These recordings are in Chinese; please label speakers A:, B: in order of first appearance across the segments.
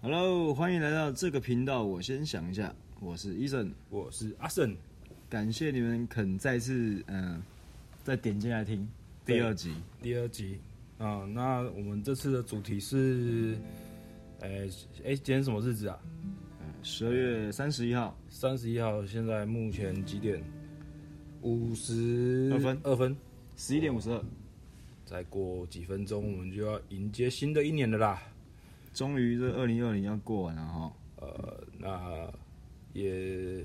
A: Hello，欢迎来到这个频道。我先想一下，我是医生，
B: 我是阿胜，
A: 感谢你们肯再次嗯、再点进来听第二集。
B: 第二集啊、那我们这次的主题是，诶、诶、今天什么日子啊？
A: 十二月三十一号，
B: 三十一号，现在目前几点？五十
A: 二分
B: 二分，
A: 十一点五十二，
B: 再过几分钟我们就要迎接新的一年了啦。
A: 终于这二零二零要过完了哈。
B: 呃，那也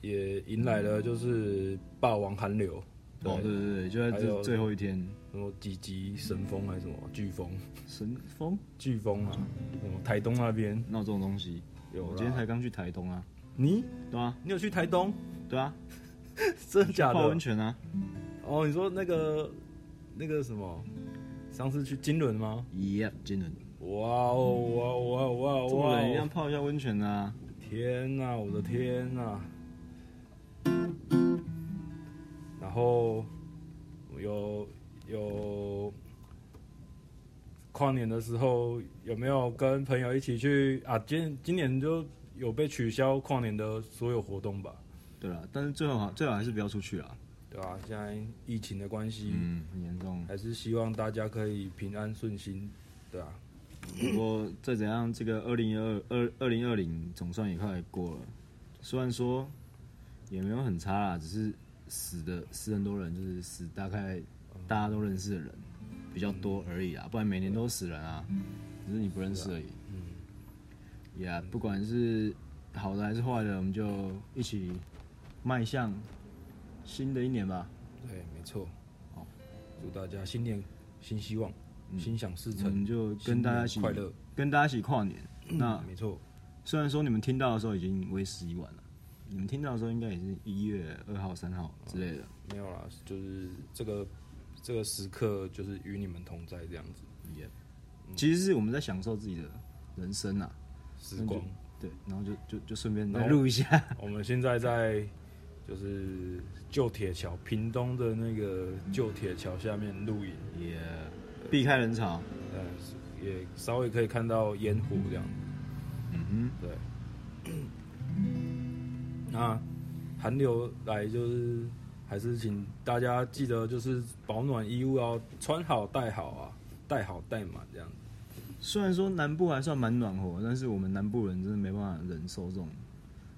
B: 也迎来了就是霸王寒流，
A: 哦，对对对，就在
B: 还
A: 这
B: 有
A: 最后一天，
B: 什么几级神风还是什么飓风？
A: 神风
B: 飓风啊，什么台东那边
A: 闹这种东西。
B: 有啦。
A: 我今天才刚去台东啊，
B: 你
A: 对啊，
B: 你有去台东？
A: 对啊，
B: 真的假
A: 泡
B: 的
A: 温？泉啊。
B: 哦，你说那个那个什么，上次去金轮吗？
A: 耶，金轮，
B: 哇哦哇哦哇哦哇哦
A: 中
B: 哇
A: 人一样
B: 哦！
A: 泡一下温泉啊。
B: 天哪、我的天哪、然后有有跨年的时候有没有跟朋友一起去啊？今今年就有被取消跨年的所有活动吧？
A: 对了，但是最好最好还是不要出去啊。
B: 对吧、现在疫情的关系，
A: 嗯，很严重。
B: 还是希望大家可以平安顺心，对啊吧、
A: 不过再怎样，这个二零二二二零二零总算也快过了，虽然说也没有很差啦，只是死的死很多人，就是死大概大家都认识的人比较多而已啦，啊不然每年都死人啊，只是你不认识而已。
B: 嗯，
A: 也、不管是好的还是坏的，我们就一起迈向新的一年吧。
B: 对，没错。
A: 好
B: 好，祝大家新年新希望，心想事
A: 我
B: 成，
A: 们就跟大家一起
B: 新年快乐。
A: 跟大家一起跨年。那
B: 没错，
A: 虽然说你们听到的时候已经为时已晚了，你们听到的时候应该也是一月二号、三号之类的。
B: 没有啦，就是这个这个时刻就是与你们同在这样子
A: 也、
B: 嗯
A: 其实是我们在享受自己的人生啊，
B: 时光。
A: 对，然后就就就顺便来
B: 然后
A: 录一下。
B: 我们现在在就是旧铁桥，屏东的那个旧铁桥下面露营，
A: 也、避开人潮。
B: 呃，也稍微可以看到烟火这样子。
A: 嗯
B: 对。 那寒流来就是，还是请大家记得就是保暖衣物要穿好、带好啊，带好带满这样子。
A: 哼，虽然说南部还算蛮暖和，但是我们南部人真的没办法忍受这种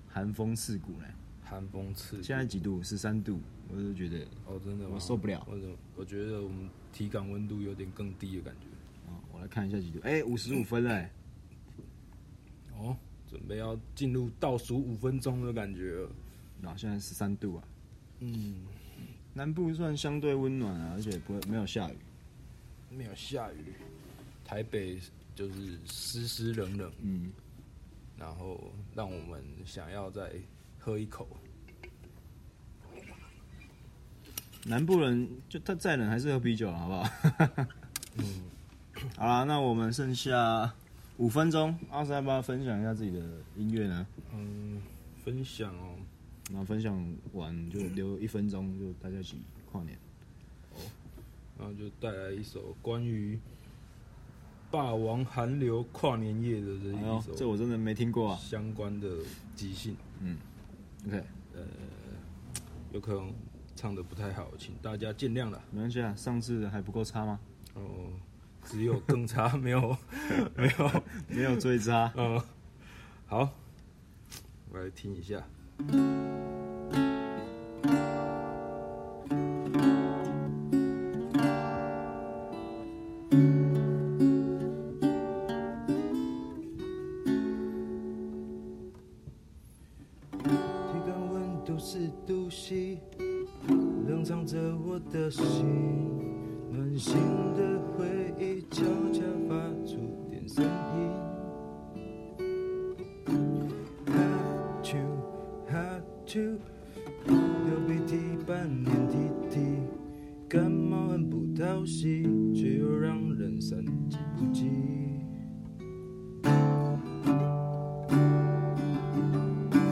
A: 寒风刺骨嘞。
B: 寒风刺骨，
A: 现在几度？十三度，我就觉得
B: 哦，真的吗
A: 我受不了
B: 我怎么我觉得我们体感温度有点更低的感觉。
A: 哦，我来看一下几度。哎、五十五分嘞、
B: 哦，准备要进入倒数五分钟的感觉了。
A: 然后现在十三度啊。
B: 嗯，
A: 南部算相对温暖啊，而且不会没有下雨。
B: 没有下雨，台北就是湿湿冷冷。
A: 嗯，
B: 然后让我们想要再喝一口。
A: 南部人就他再冷还是喝啤酒了，啊好不 好？好啦，那我们剩下五分钟，阿三八分享一下自己的音乐呢。
B: 嗯，分享哦，
A: 然后分享完就留一分钟，就大家一起跨年。
B: 然后就带来一首关于霸王寒流跨年夜的这
A: 哎
B: 一
A: 呦，这
B: 首
A: 我真的没听过啊。
B: 相关的即兴，
A: OK，
B: 有可能唱的不太好，请大家见谅啦。
A: 没关系啊，上次的还不够差 吗？
B: 哦，只有更差，没有，没有，。
A: 没有最差
B: 嗯，好，我来听一下。体感温度是度 C，冷藏着我的心。暖心的回忆悄悄发出点声音。Have to, have to，流鼻涕半年滴滴，感冒很不讨喜，却又让人三级不及。
A: 嗯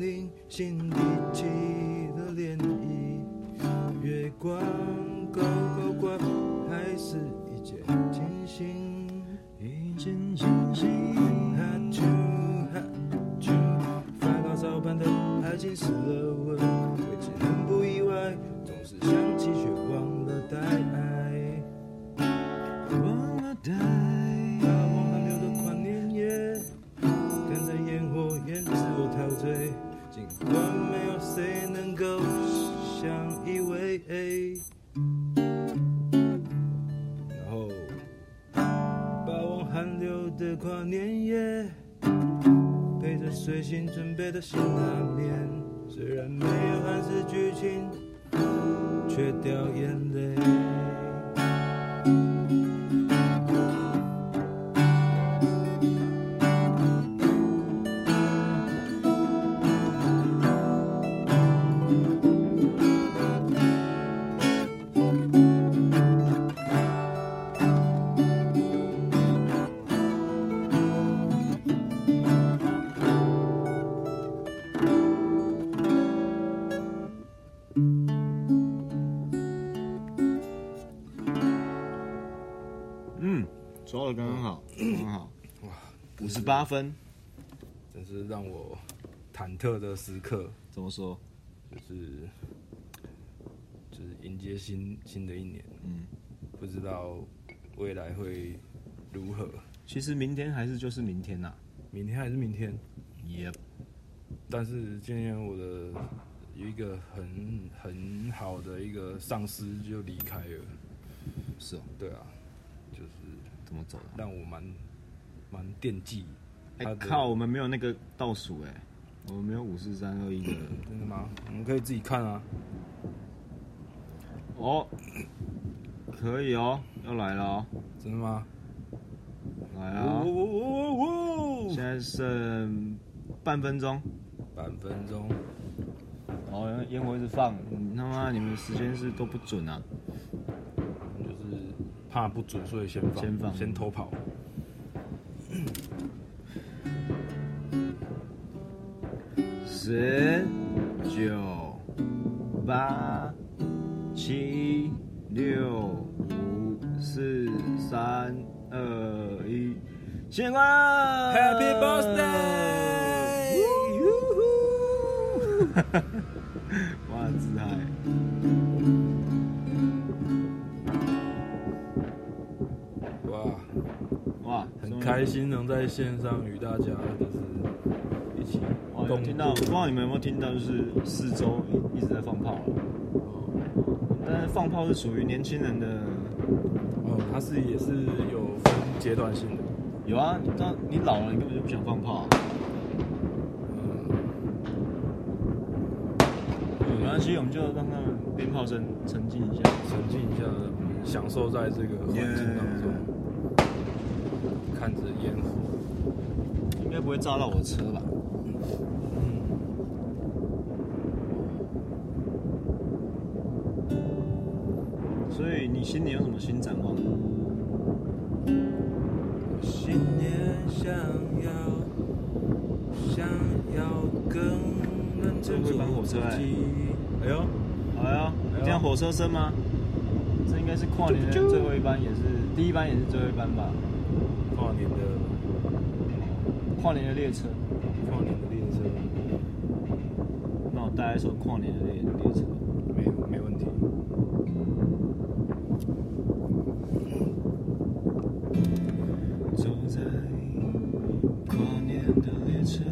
B: 一起的涟漪。月光高高挂，还是一见倾心。一见倾心，哈啾哈啾，发高烧般的爱情死了吻，为情人不意外，总是想起却忘了带爱。忘了带，把忘了流的狂年夜，看着烟火掩制我陶醉。尽管没有谁能够相依为，然后把往寒流的跨年夜，陪着随心准备的辛辣面，虽然没有汉字剧情，却掉眼泪。
A: 嗯，抓的刚刚好，刚刚好，哇，五十八分，
B: 真是让我忐忑的时刻，
A: 怎么说？
B: 就是就是迎接新新的一年，
A: 嗯，
B: 不知道未来会如何，
A: 其实明天还是就是明天呐、
B: 明天还是明天。
A: 也
B: 但是今天我的有一个很很好的一个上司就离开了，
A: 是哦，
B: 对啊，就是
A: 怎么走的？
B: 让我蛮蛮惦记，
A: 哎、
B: 他的
A: 靠，我们没有那个倒数哎、我们没有五四三二一的。
B: 嗯真的吗？我们可以自己看啊，
A: 哦，可以哦，要来了哦，
B: 真的吗？
A: 来了
B: 哦
A: 哦，
B: 哦哦
A: 现
B: 哦！
A: 在剩半分钟，
B: 半分钟，
A: 哦，烟火一直放，你他妈你们时间是都不准啊！
B: 就是怕不准，所以先放，
A: 先放
B: 先偷跑。
A: 十、九、八、七、六、五、四、三、二、一，新年快乐
B: Happy birthday！
A: 呜呼 哇，自嗨！
B: 哇，
A: 哇，
B: 很
A: 终于
B: 开！心能在线上与大家就是一起
A: 哇，哦有
B: 共
A: 听到，
B: 度
A: 不知道你们有没有听到，就是四周一一直在放炮了，但是放炮是属于年轻人的。
B: 哦，它是也是有分阶段性的，
A: 有啊，你知道你老了，你根本就不想放炮、啊。
B: 嗯，
A: 没关系，我们就让他们鞭炮声沉浸一下。
B: 沉浸一下，嗯享受在这个环境当中看着烟火，
A: 应该不会炸到我车吧？
B: 嗯，
A: 所以你新年有什么新展望？
B: 新年想要想要更认真
A: 会
B: 做
A: 搬火车
B: 自己，哎呦，
A: 哎呀，你听到火车声吗？这应该是跨年的最后一班，也是第一班，也是最后一班吧？
B: 跨年的。
A: 跨年的列车，
B: 跨年的列车，
A: 那我带一首跨年的列列车。
B: 没没问题。
A: 走在跨年的列车，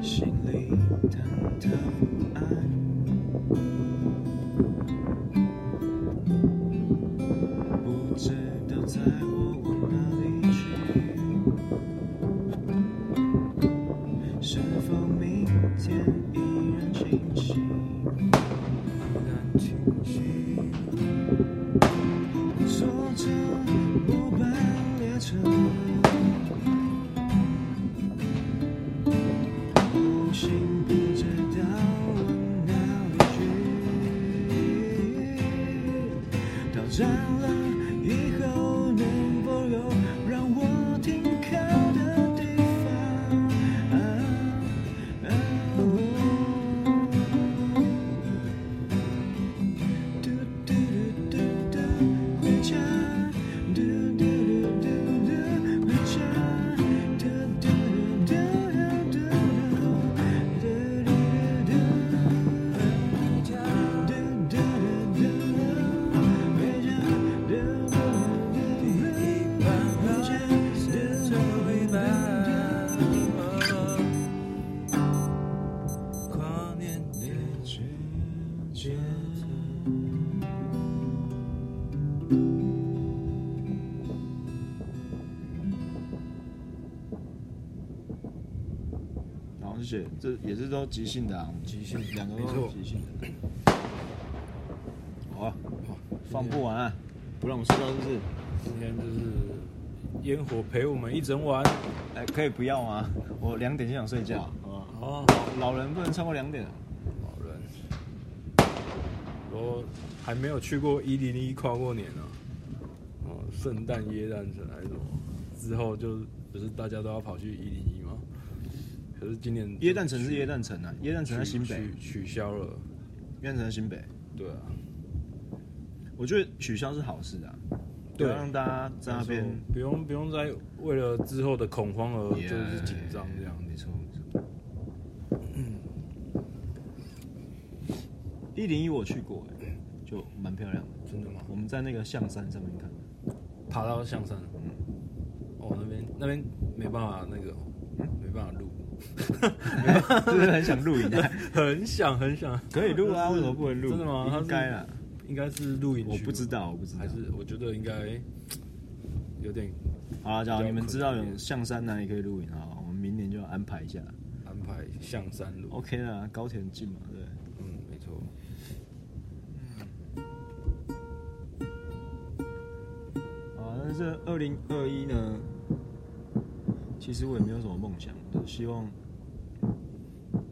A: 心里忐忑不安。不知道在我往哪里去，是否明天依然清晰？
B: 感情戏，
A: 坐着末班列车，无心不知道往哪里去。到站了以后，能否有让我停靠的地方？啊哦好像写这也是都即兴的、啊，我们
B: 即兴
A: 两个
B: 没
A: 都
B: 错
A: 是即兴的。好啊，
B: 好，
A: 放不完、啊，不让我们睡觉是不是？
B: 今天就是烟火陪我们一整晚。
A: 哎，可以不要吗？我两点就想睡觉，好不好
B: 哦，
A: 老人不能超过两点啊。
B: 老人，我还没有去过一零一跨过年呢、啊哦，圣诞夜诞城还是什么？之后就不是大家都要跑去一零一吗？可是今年
A: 耶诞城是耶诞城啊，耶诞城在新北，
B: 取取消了，
A: 耶诞城在新北。
B: 对啊，
A: 我觉得取消是好事啊，不
B: 对
A: 要让大家在那边
B: 没错不用不用再为了之后的恐慌而就是紧张这样
A: Yeah，没错没错。一零一我去过、哎，就蛮漂亮的。
B: 真的吗？
A: 我们在那个象山上面看，
B: 爬到象山，
A: 嗯，
B: 哦那边那边没办法那个，
A: 嗯
B: 没办法录，
A: 是不是很想录影啊？
B: 很想很想，
A: 嗯 可以录 啊，为什么不能录？
B: 真的吗？它是
A: 应该啊啦，
B: 应该是录影，
A: 我不知，道，我不知道
B: 还。是我觉得应该有点
A: 好啦，假如你们知道
B: 比较困难一
A: 有
B: 点
A: 象山哪里可以露营啊，我们明年就要安排一下。
B: 安排象山录。
A: OK 啦，高铁很近嘛，对不对。
B: 嗯，没错。
A: 啊，但是二零二一呢，其实我也没有什么梦想，就是希望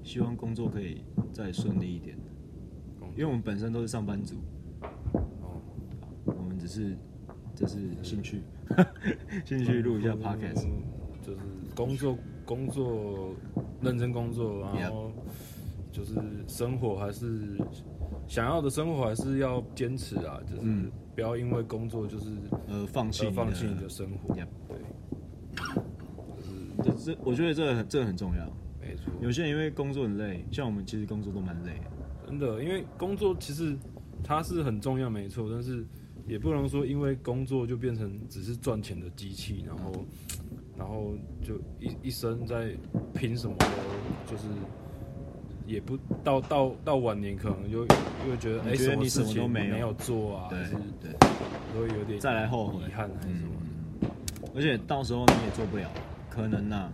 A: 希望工作可以再顺利一点，因为我们本身都是上班族，
B: 哦，
A: 我们只是这是兴趣， 兴趣录一下 podcast。
B: 嗯就是工作工作认真工作，然
A: Yep
B: 后就是生活还是想要的生活还是要坚持啊，就是
A: 嗯
B: 不要因为工作就是
A: 呃，放弃
B: 而
A: 你的
B: 放弃你的生活。
A: Yep
B: 对，就是
A: 这这，我觉得这很这很重要。
B: 没错。
A: 有些人因为工作很累，像我们其实工作都蛮累的。
B: 真的，因为工作其实它是很重要，没错，但是也不能说因为工作就变成只是赚钱的机器，然后，然后就一一生在拼什么都就是也不到到到晚年可能就又觉得哎、
A: 你觉得你什
B: 事
A: 么都
B: 情
A: 没有
B: 没有做啊，还
A: 对
B: 是
A: 对，
B: 会有点
A: 再来后悔
B: 遗憾还是什么的。
A: 而且到时候你也做不了，可能呐、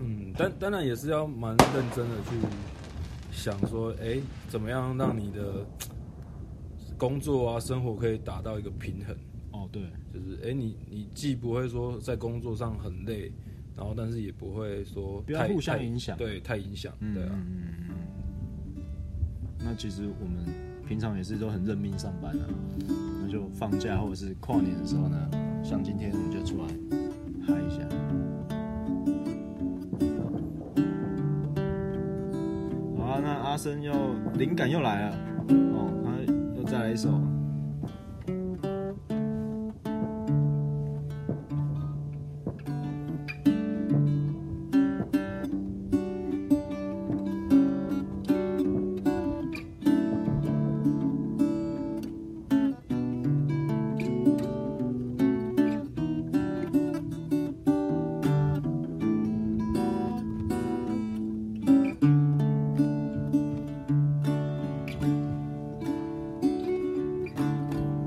B: 嗯，但当然也是要蛮认真的去想说，哎、怎么样让你的工作啊、生活可以达到一个平衡？
A: 哦，对，
B: 就是，哎、你你既不会说在工作上很累，然后但是也不会说
A: 不要
B: 太
A: 互相
B: 太
A: 影响
B: 对，太影响，
A: 嗯
B: 对啊，
A: 嗯嗯嗯那其实我们平常也是都很认命上班啊，那就放假或者是跨年的时候呢，像今天我们就出来嗨一下。好啊，那阿生又灵感又来了，哦，他又再来一首。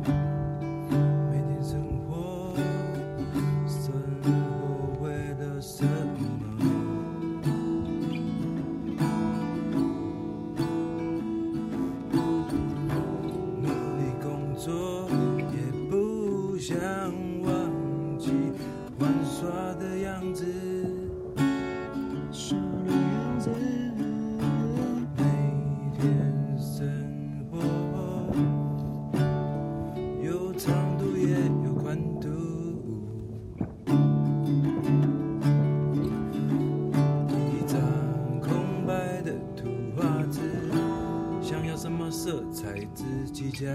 B: 每天生活，生活为了什么？努力工作，也不想忘记玩耍的样子。每天生活。有长度也有宽度。一张空白的图画纸，想要什么色彩自己加。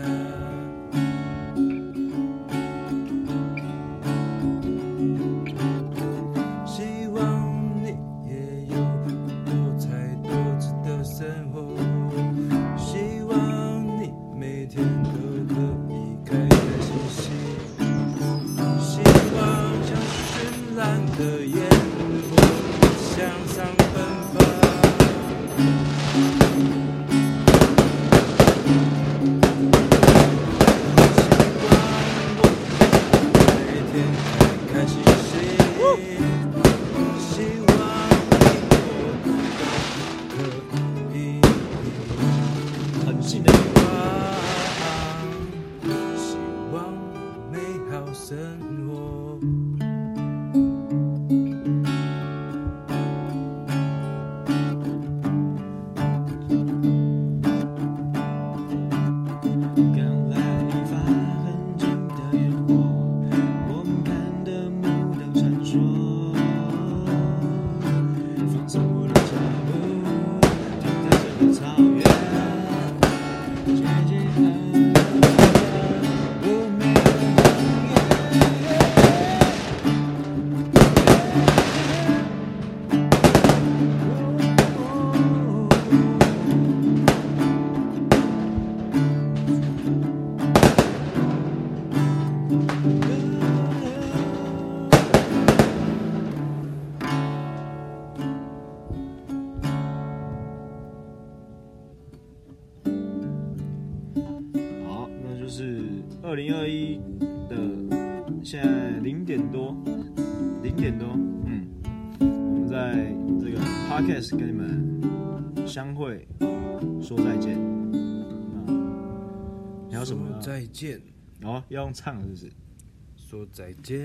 B: 希望你也有多彩多姿的生活。希望你每天都可以开开心心。希望像绚烂的烟火向上奔放。
A: 二零二一的现在零点多，零点多，嗯，我们在这个 podcast 跟你们相会，说再见。那你还有什么
B: 说
A: 要？
B: 再见，
A: 哦，要用唱是不是？
B: 说再见。